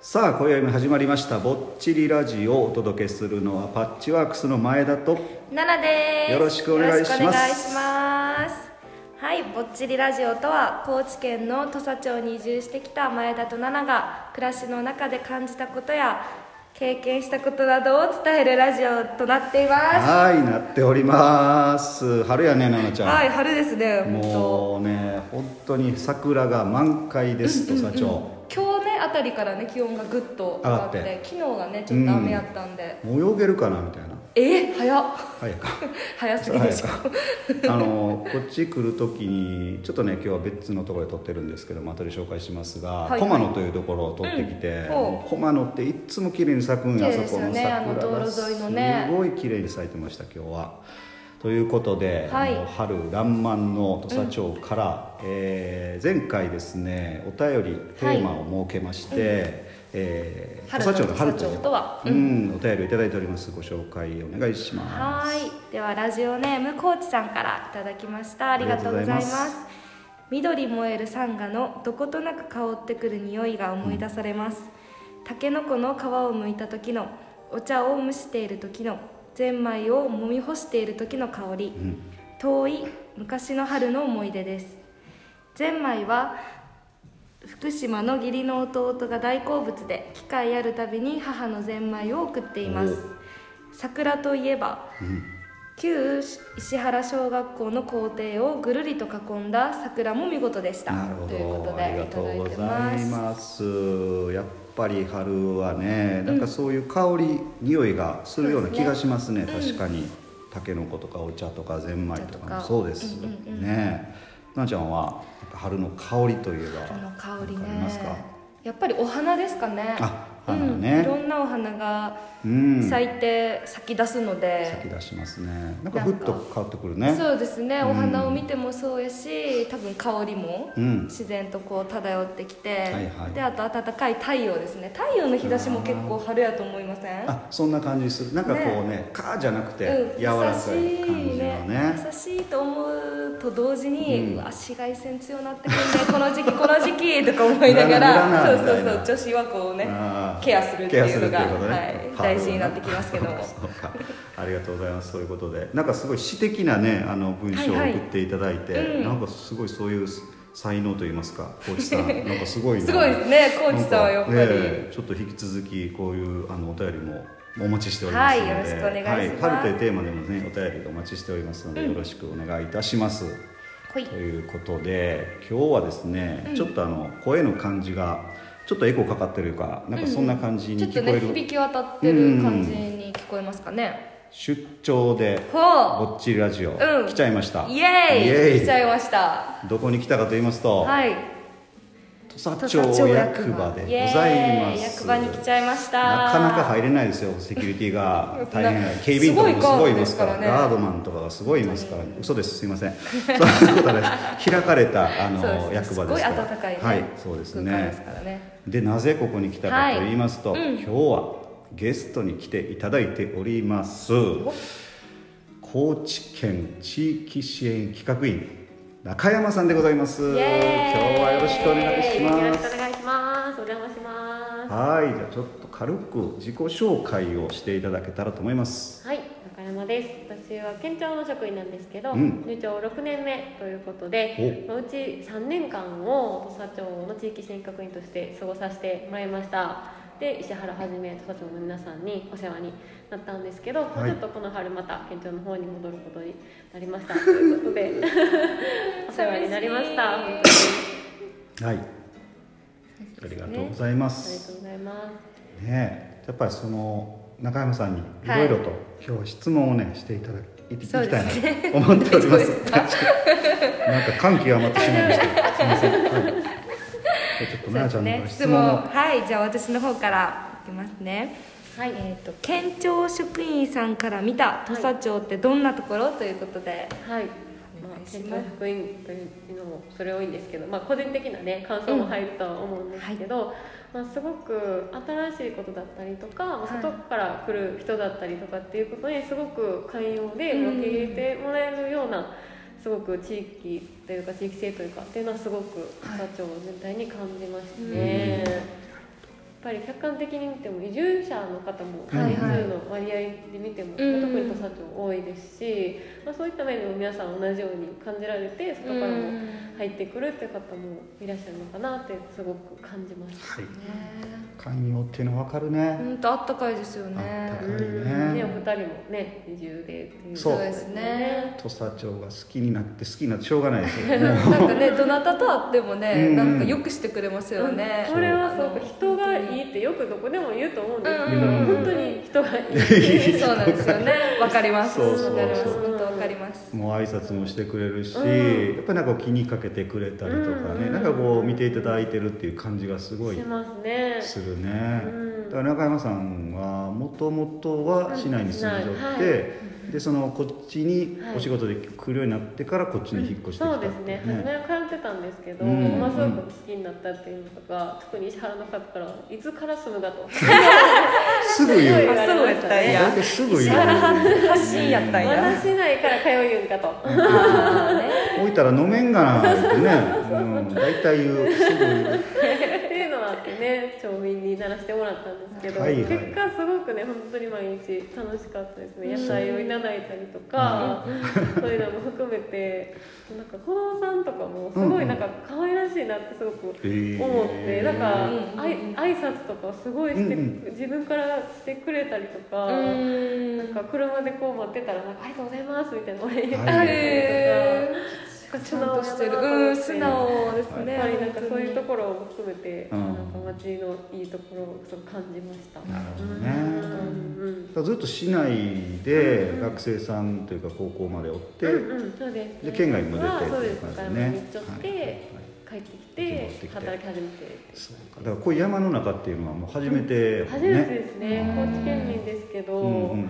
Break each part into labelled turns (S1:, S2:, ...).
S1: さあ今宵も始まりました「ぼっちりラジオ」をお届けするのはパッチワークスの前田と
S2: 奈々です
S1: よろしくお願いします
S2: よろくお願いしますはいぼっちりラジオとは高知県の土佐町に移住してきた前田と奈々が暮らしの中で感じたことや経験したことなどを伝えるラジオとなっていま
S1: はいなっております春やね奈々ち
S2: す
S1: ゃん、
S2: はい春ですね本当
S1: もうね本当に桜が満開です土佐町
S2: 今日ねあたりからね気温がぐっと上がって
S1: 上がっ
S2: 昨日がねちょっと雨やったんで、
S1: 泳げるかなみたいな
S2: え早っ
S1: 早か
S2: 早すぎでし ょ
S1: あのこっち来る時にちょっとね今日は別のところで撮ってるんですけども後で紹介しますが、
S2: はいはい
S1: 駒野というところを撮ってきて、
S2: うんほ
S1: もう駒野っていっつも綺麗に咲くんや、
S2: 綺麗で
S1: そ
S2: す
S1: こ
S2: よ
S1: の
S2: ね
S1: 桜
S2: あの道
S1: が
S2: 路沿いのね
S1: すごい綺麗に咲いてました今日は。ということで、
S2: はい
S1: あの春らんまんの土佐町から、えー前回ですねお便りテーマを設けまして、えー
S2: 春
S1: 土
S2: の
S1: 佐町の春と
S2: 土佐町とは
S1: う、
S2: うん
S1: お便りをいただいておりますご紹介お願いします。
S2: はい、ではラジオネームコーチさんからいただきました。ありがとうございます。
S1: ありがとうござ
S2: 緑燃えるサンガのどことなく香ってくる匂いが思い出されます。タケノコの皮を剥いた時の、お茶を蒸している時の、ゼンマイを揉み干している時の香り。
S1: うん
S2: 遠い昔の春の思い出ですゼンマイは福島の義理の弟が大好物で機会あるたびに母のゼンマイを送っています桜といえば、旧石原小学校の校庭をぐるりと囲んだ桜も見事でした
S1: なるほ
S2: ということ
S1: ど、あり
S2: で
S1: が
S2: い
S1: と
S2: ただ
S1: う
S2: い
S1: ご
S2: て
S1: ざ
S2: ま
S1: い
S2: す
S1: ます。やっぱり春はね、なんかそういう香り、匂いがするような気がしますね。確かに、たけのことかお茶とかゼンマイとかも
S2: お茶とか
S1: そうです、
S2: うんうんうん
S1: ね。なちゃんはやっぱ春の香りといえば、
S2: この香り
S1: なんか
S2: ね
S1: ありますか。
S2: やっぱりお花ですかね
S1: あ花ね
S2: うん、いろんなお花が
S1: うん、
S2: 咲いて咲き出すので、
S1: 先出しますね。なんかふっと変わってくるね。
S2: そうですね、
S1: うん
S2: お花を見てもそうやし多分香りも
S1: うん、
S2: 自然とこう漂ってきて、
S1: いはい
S2: であと暖かい太陽ですね太陽の日差しも結構春やと思いません
S1: あ、そんな感じする。なんかこうね、か、ーじゃなくて、
S2: うん、
S1: 柔らかい感じの
S2: 優しい優しいと思うと同時
S1: う
S2: に、うんわ紫外線強なってくるねこの時期この時期とか思いなが
S1: ムラ ムラな
S2: ら
S1: ん
S2: そ
S1: だ
S2: う
S1: よ
S2: そ
S1: ね
S2: うそう女子はこうね
S1: あー
S2: ケアするっていうのが
S1: ケアするっていうことね
S2: はい、大事になってきますけども
S1: そうかありがとうございますそういうことでなんかすごい詩的なねあの文章を
S2: はいは
S1: 送
S2: い
S1: っていただいて、
S2: うん
S1: なんかすごいそういう才能といいますかコーチさ んなんかすごいな
S2: すごいですねコーチさんはやっぱり
S1: なんかええちょっと引き続きこういうあのお便りもお待ちしておりますので、
S2: はいよろしくお願いします
S1: は春というテーマでもねお便りお待ちしておりますので、よろしくお願いいたします。
S2: ほい
S1: ということで今日はですね、ちょっとあの声の感じがちょっとエコーかかってるかなんかそんな感じに
S2: ち
S1: 聞
S2: ょっ
S1: こえ
S2: と
S1: る、
S2: ね響き渡ってる感じに聞こえますかね、
S1: 出張で
S2: ほう
S1: ぼっちりラジオ、
S2: うん
S1: 来ちゃいました
S2: イエーイ
S1: イエーイ
S2: 来ちゃいました
S1: どこに来たかと言いますと、
S2: はい
S1: 土佐町役場でございます
S2: イエーイ役場に来ちゃいました
S1: なかなか入れないですよセキュリティ が大変
S2: すごい
S1: 警備員とかもすごいいますから
S2: ガードですか
S1: ガ
S2: らね
S1: ードマンとかがすごいいますから 嘘ですすいませんそういうことです開かれたあの、
S2: そうです
S1: 役
S2: す
S1: 場
S2: ご
S1: で
S2: い
S1: すから
S2: 暖かいね、
S1: はいそうです
S2: 空間です
S1: ね
S2: からね
S1: でなぜここに来たかと言いますと、
S2: はいうん
S1: 今日はゲストに来ていただいております高知県地域支援企画員中山さんでございます今
S2: イ
S1: 日
S2: エーイ
S1: はよろしくお願いし
S3: よろ
S1: ま
S3: しくお
S1: す
S3: 願いします。お邪魔しま
S1: はいじゃあちょっと軽く自己紹介をしていただけたらと思います
S3: す。はい、中山です。私は県庁の職員なんですけど、
S1: うん
S3: 入庁6年目ということで、まあうち3年間を土佐町の地域選挙員として過ごさせてもらいました。で、石原はじめ土佐町の皆さんにお世話になったんですけど、まあ
S1: はい
S3: ちょっとこの春また県庁の方に戻ることになりましたということで、 お世話になりました。あり
S1: はいありがとうございま
S3: がと
S1: す
S3: うございます。
S1: ねえやっぱりその中山さんにい
S2: はい
S1: ろいろと今日は質問をねしていただきいきたいなと
S2: そう
S1: 思っておりま
S2: 大丈
S1: す
S2: 夫で す
S1: なんか感極まってしまいましたすいません、はい、じゃあちょっと奈々ちゃんの方から質
S2: 質
S1: 問
S2: 問
S1: を
S2: はいじゃあ私の方からいきますね
S3: はい、
S2: えー、と県庁職員さんから見た土佐町ってどんなところ、ということで
S3: はい。
S2: お
S3: ま
S2: 願い
S3: あ、
S2: し
S3: 県
S2: ま
S3: 庁
S2: す
S3: 職員というのもそれ多いんですけど、まあ、個人的な、ね、感想も入るとは思うんですけど、まあ、すごく新しいことだったりとか、まあ
S2: はい
S3: 外から来る人だったりとかっていうことにすごく寛容で
S2: うん
S3: 受け入れてもらえるようなすごく地域というか地域性というかっていうのはすごく
S2: はい
S3: 社長全体に感じました
S1: うん
S3: ね。ぱり客観的に見ても移住者の方も
S1: はいはい
S3: 人数の割合で見ても、
S2: うん
S3: 特に土佐町多いですし、まあ、そういった面でも皆さん同じように感じられて外からも入ってくるっていう方もいらっしゃるのかなってすごく感じます。
S1: はい
S2: ね
S1: 寛容っていうの分かるね、
S2: 本当あったかいですよね
S1: あったかい
S3: うん
S1: ね
S3: ねお二人もね移住でっていう
S1: そう
S2: そうですね
S1: 土佐町が好きになって好きになってしょうがないですよもう
S2: なんかねどなたと会ってもね、
S1: うん
S2: なんかよくしてくれますよね、
S3: これはすごく人がいいってよくどこでも言うと思うんですけど、
S1: うんうんうん
S3: 本当に人がいい
S2: そうなんですよねわかります
S1: そうそうそう
S2: わかります本当わかります
S1: もう挨拶もしてくれるし、
S3: うん
S1: やっぱりなんかこう気にかけてくれたりとかね、
S3: うん
S1: なんかこう見ていただいてるっていう感じがす ごい
S3: しますね。
S1: するね、
S3: うん
S1: だから中山さんはもともとは市内に住んでおって、
S3: はい
S1: でそのこっちに
S3: はい
S1: お仕事で来るようになってからこっちに引っ越してきた
S3: そ
S1: っ
S3: う
S1: てい
S3: ですね
S1: う
S3: 初めは通ってたんですけど、
S1: うん
S3: まあ、すごく危機になったっていうのとか特に石原の方から「いつから住むか」と
S1: すぐ言う
S2: あそうやったん
S1: 大
S2: や
S1: 体すぐ言う
S2: 石原発信やったん
S3: まだ
S2: や
S3: 市内から通いうん かと
S2: あーね
S1: 置いたら飲めんがなってね、うん、大体言うすぐ言う
S3: っていうのはあってね町民にならしてもらったんですけど、
S1: はいはい
S3: 結果すごくね本当に毎日楽しかったですね野菜をいただいたりとか、そういうのも含めてなんか子供さんとかもすごいなんか可愛らしいなってすごく思って、
S1: へー
S3: なんか、
S2: うん
S3: あい挨拶とかをすごいして、
S1: うん
S3: 自分からしてくれたりとか。
S2: うん
S3: なんか車でこう待ってたらなんかありがとうございますみたいな俺言ったりとか、
S1: はい
S2: えーち
S3: 素
S2: ゃん
S3: 直
S2: と
S3: だな
S2: してる
S3: と
S2: う
S3: 思
S2: ん
S3: って
S2: 素直ですね
S3: やっぱりなんかそういうところを含めて、
S1: うん
S3: なんか街のいいところをすごく感じました。
S1: なるほどね
S3: うんうんうん
S1: だからずっと市内で学生さんというか高校までおって、
S3: うんうんそうです
S1: で県外にも出て
S3: そう
S1: ってい
S3: で
S1: う
S3: す
S1: 感じ
S3: 買
S1: でね
S3: い物に行っちゃって、
S1: はいはい
S3: 帰ってき
S1: 戻って
S3: て
S1: きて
S3: 働き始めて
S1: そうかだからこういう山の中っていうのはもう初めてやもん
S3: 初
S1: ね、
S3: めてですね
S1: うん
S3: 高知県民ですけど、
S1: う
S3: うん
S1: んうん、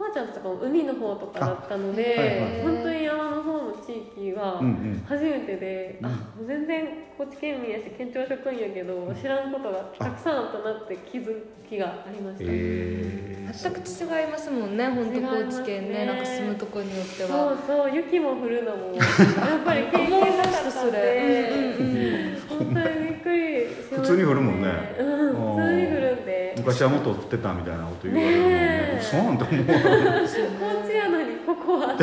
S3: おばあちゃんとかも海の方とかだったので、
S1: あはいはい
S3: 本当に山の方の地域は
S1: うんうん
S3: 初めてで、
S1: うん
S3: あもう全然高知県民やし県庁職員やけど知らんことがたくさんあったなって気づきがありました、
S1: えー、
S2: 全く違いますもんね本当高知県ね
S3: 違いますね
S2: なんか住むとこによって
S3: そ
S2: は
S3: うそう雪も降るの もやっぱり経験なかったんで
S2: うんうんうん
S3: 本当にびっくりしました、
S1: 普通に降るもんね
S3: うん、普通に降るんで
S1: 昔はもっと降ってたみたいなこと言われるもん
S3: ね
S1: ね
S3: え
S1: そうなんだ思う
S3: 高知やのにここは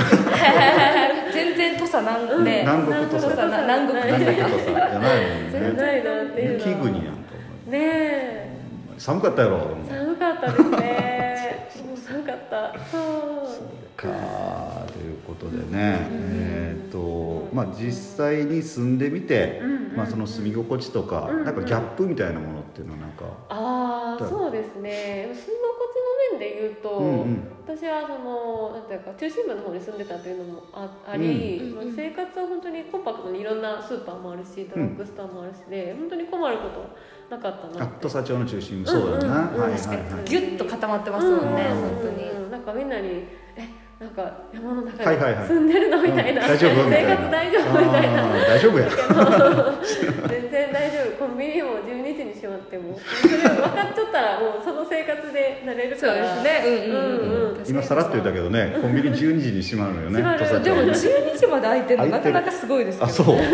S2: 全然土佐南国で、
S1: 南国と
S2: 土佐
S1: さ
S2: な南国
S1: 南
S2: で
S1: 国とさじゃないもん
S3: 全然
S1: ね
S3: ないなっていう
S1: 雪
S3: の
S1: 国やんと思
S3: ねえ
S1: う寒かったやろ俺も
S3: 寒かったですねもう寒かったそう
S1: かということでね、えっ、とまあ実際に住んでみて、
S3: うんうん
S1: まあ、その住み心地とか、
S3: うんうん
S1: なんかギャップみたいなものっていうのはなんか、
S3: ああそうですね住み心地の面で言うと、
S1: うんうん
S3: 私はそのなんていうか中心部の方に住んでたというのもああり、
S2: うん
S3: まあ
S2: うんうん
S3: 生活は本当にコンパクトにいろんなスーパーもあるしドラッグストアもあるしで、本当に困ることなかったな
S1: あ
S3: って
S1: 土佐町の中心部そうだよな、
S3: うんうん
S1: はいはい
S2: 確か
S1: はい
S2: にギュッと固まってますもんね、
S1: うん
S2: 本当に、
S3: うんなんかみんなに「えなんか山の中
S1: はいはいはい
S3: に住んでるの?」みたいな「
S1: 大丈夫みたい
S3: 生
S1: な
S3: 活大丈夫?」みたいな
S1: あー大丈夫や
S3: 全然大丈夫コンビニも12時に閉まってもそれを分かっちゃったらもうその生活で慣れるか
S2: そうで
S3: ら
S2: すねうんうんうん、
S3: うんうん
S1: 今さらっと言ったけどねコンビニ12時に閉まるのよね
S3: 閉まる
S1: 土佐
S2: で
S1: 町
S2: も
S1: はね
S2: 12時まで開いてるの
S1: 開い
S2: な
S1: て
S2: か
S1: る
S2: なかすごいですけ
S1: あ
S2: ど
S1: そう
S2: え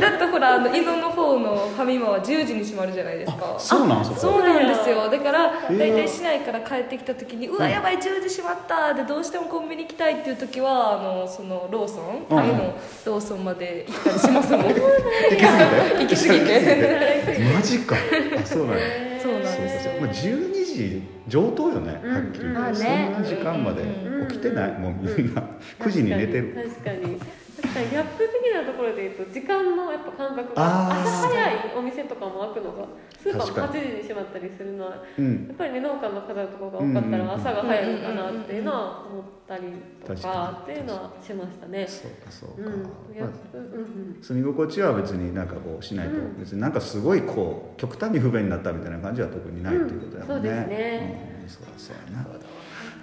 S2: だってほらあの井戸の方のファミマは10時に閉まるじゃないですか
S1: そうなんそこ
S2: そうなんですよだから
S1: へー
S2: 大体市内から帰ってきた時に「うわやばい10時閉まった」でどうしてもコンビニ行きたいっていう時はあのそのローソン
S1: うん
S2: タイのローソンまで行ったりしま すもん
S1: 行き過
S2: 行
S1: ぎて
S2: き過ぎて
S1: マジかあそうなんや
S2: そうなん
S1: そうか
S2: です
S1: そ
S2: よ
S1: うかまあ12時上等よね
S3: うん
S1: はっきり言
S2: まあ
S1: って
S2: ね
S1: そんな時間まで
S2: うん
S1: 起きてないもうみんな9
S3: 確か
S1: 時に寝てる
S3: 確かに確かにギャップ的なところで言うと時間のやっぱ感覚
S1: あ
S3: が
S1: ー
S3: 朝早いお店とかも開くのがスーパ
S1: 確
S3: ーも
S1: か
S3: 8時に閉まったりするのは
S1: うん
S3: やっぱりね農家の方とかが多かったら朝が早いのかなっていうのは思ったりと
S1: 確か
S3: か
S1: に
S3: っていうのはしましたね
S1: そうかそううんか
S3: や
S1: ま
S3: っ
S1: あ
S3: うんうん
S1: 住み心地は別になんかこうしないと
S3: うん
S1: 別になんかすごいこう極端に不便になったみたいな感じは特にないということだもんね
S3: うんそうですね
S1: うんそうだそうやな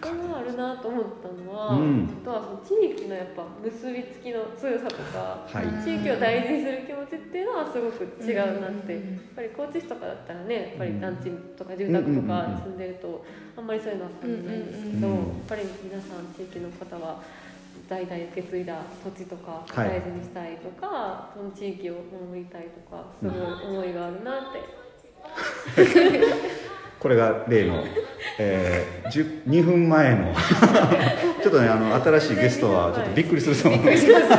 S3: 他もあるなと思ったのは、
S1: うん
S3: あとはその地域のやっぱ結びつきの強さとか、
S1: はい
S3: 地域を大事にする気持ちっていうのはすごく違うなって、
S2: うん
S3: やっぱり高知市とかだったらねやっぱり団地とか住宅とか住んでるとあんまりそういうのは感じないんですけ
S1: うん
S3: ど、
S1: うん
S3: や
S1: うん
S3: っぱり皆さん地域の方は代々受け継いだ土地とか
S1: は
S3: 大
S1: い
S3: 事にしたいとか、その地域を守りたいとかすごい思いがあるなって。
S1: これが例の、えー、10 2分前の ちょっとねあの新しいゲストはちょっとびっくりすると思う
S4: びっくりしますね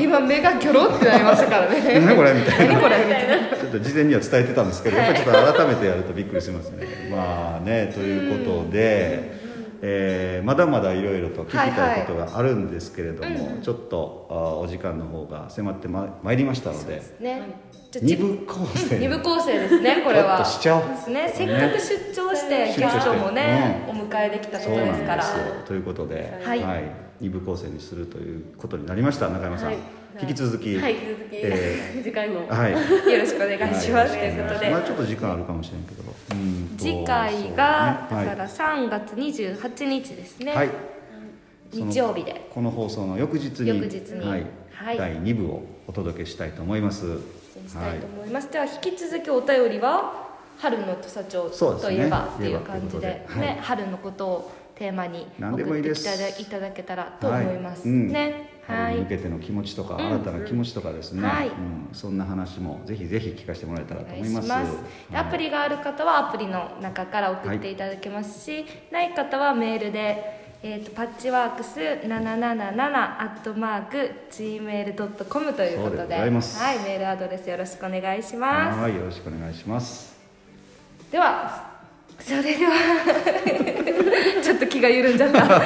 S4: 今目がギョロってなりましたからね
S1: 何これみたいな
S4: 何これみたいな
S1: ちょっと事前には伝えてたんですけど、やっぱりちょっと改めてやるとびっくりし ますね。まあね、ということで、えーまだまだいろいろと聞きたいことがあるんですけれども、ちょっとあーお時間の方が迫ってままいりましたので、
S2: ねじゃあ
S1: 二部構成、
S2: 二部構成ですねこれは
S1: ちょっとしちゃおう
S2: ですねせっかく出張して
S1: ね
S2: ゲストもね、
S1: う
S2: お迎えできたこ
S1: そ
S2: と
S1: う
S2: で
S1: なん
S2: すから
S1: ですよ。ということで、
S2: はい
S1: 二部構成にするということになりました。中山さん、
S3: はい
S1: 引き続き、
S3: はい、引き続き、
S1: え
S3: 次回も
S1: ーはい。
S2: よろしくお願いします、
S1: は
S2: ということで、
S1: まあちょっと時間あるかもしれんけど、うんと
S2: 次回が、
S1: そうねはい
S2: だから3月28日ですね、
S1: はい、
S2: 日曜日で
S1: この放送の翌日に
S2: 翌日に
S1: はい
S2: はい
S1: 第2部をお届けしたいと思います
S2: したいと思います、では引き続きお便りは春の土佐町
S1: そうです
S2: と
S1: ね
S2: いえばって
S1: 言え
S2: い
S1: ば
S2: う感じで
S1: ということで
S2: ね
S1: はい
S2: 春のことをテーマに
S1: 何でも
S2: 送
S1: い
S2: っ
S1: い
S2: て
S1: で
S2: き
S1: す
S2: ただいただけたらと
S1: は
S2: 思います、
S1: うん
S2: ねは
S1: 春に向
S2: い
S1: けての気持ちとか、
S2: うん
S1: 新たな気持ちとかですね、
S2: はい
S1: うん、そんな話もぜひぜひ聞かせてもらえたら
S2: お
S1: と
S2: 願
S1: 思
S2: い
S1: い
S2: し
S1: ま
S2: ますす、でアプリがある方はアプリの中から送っていただけますし、ない方はメールで「えー、とパッチワークス777」アットマーク Gmail.com ということ
S1: そう
S2: で
S1: でございます
S2: はい、メールアドレスよろしくお願いします
S1: はいよろしくお願いします
S2: では それではちょっと気が緩んじゃったは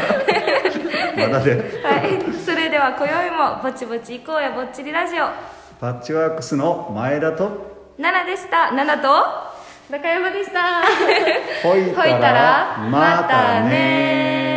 S1: まだで
S2: いそれでは今宵もぼちぼち行こうやぼっちりラジオ
S1: パッチワークスの前田と
S2: ナナでしたナナと
S3: 中山でした
S1: ほい
S2: ほいたらまたね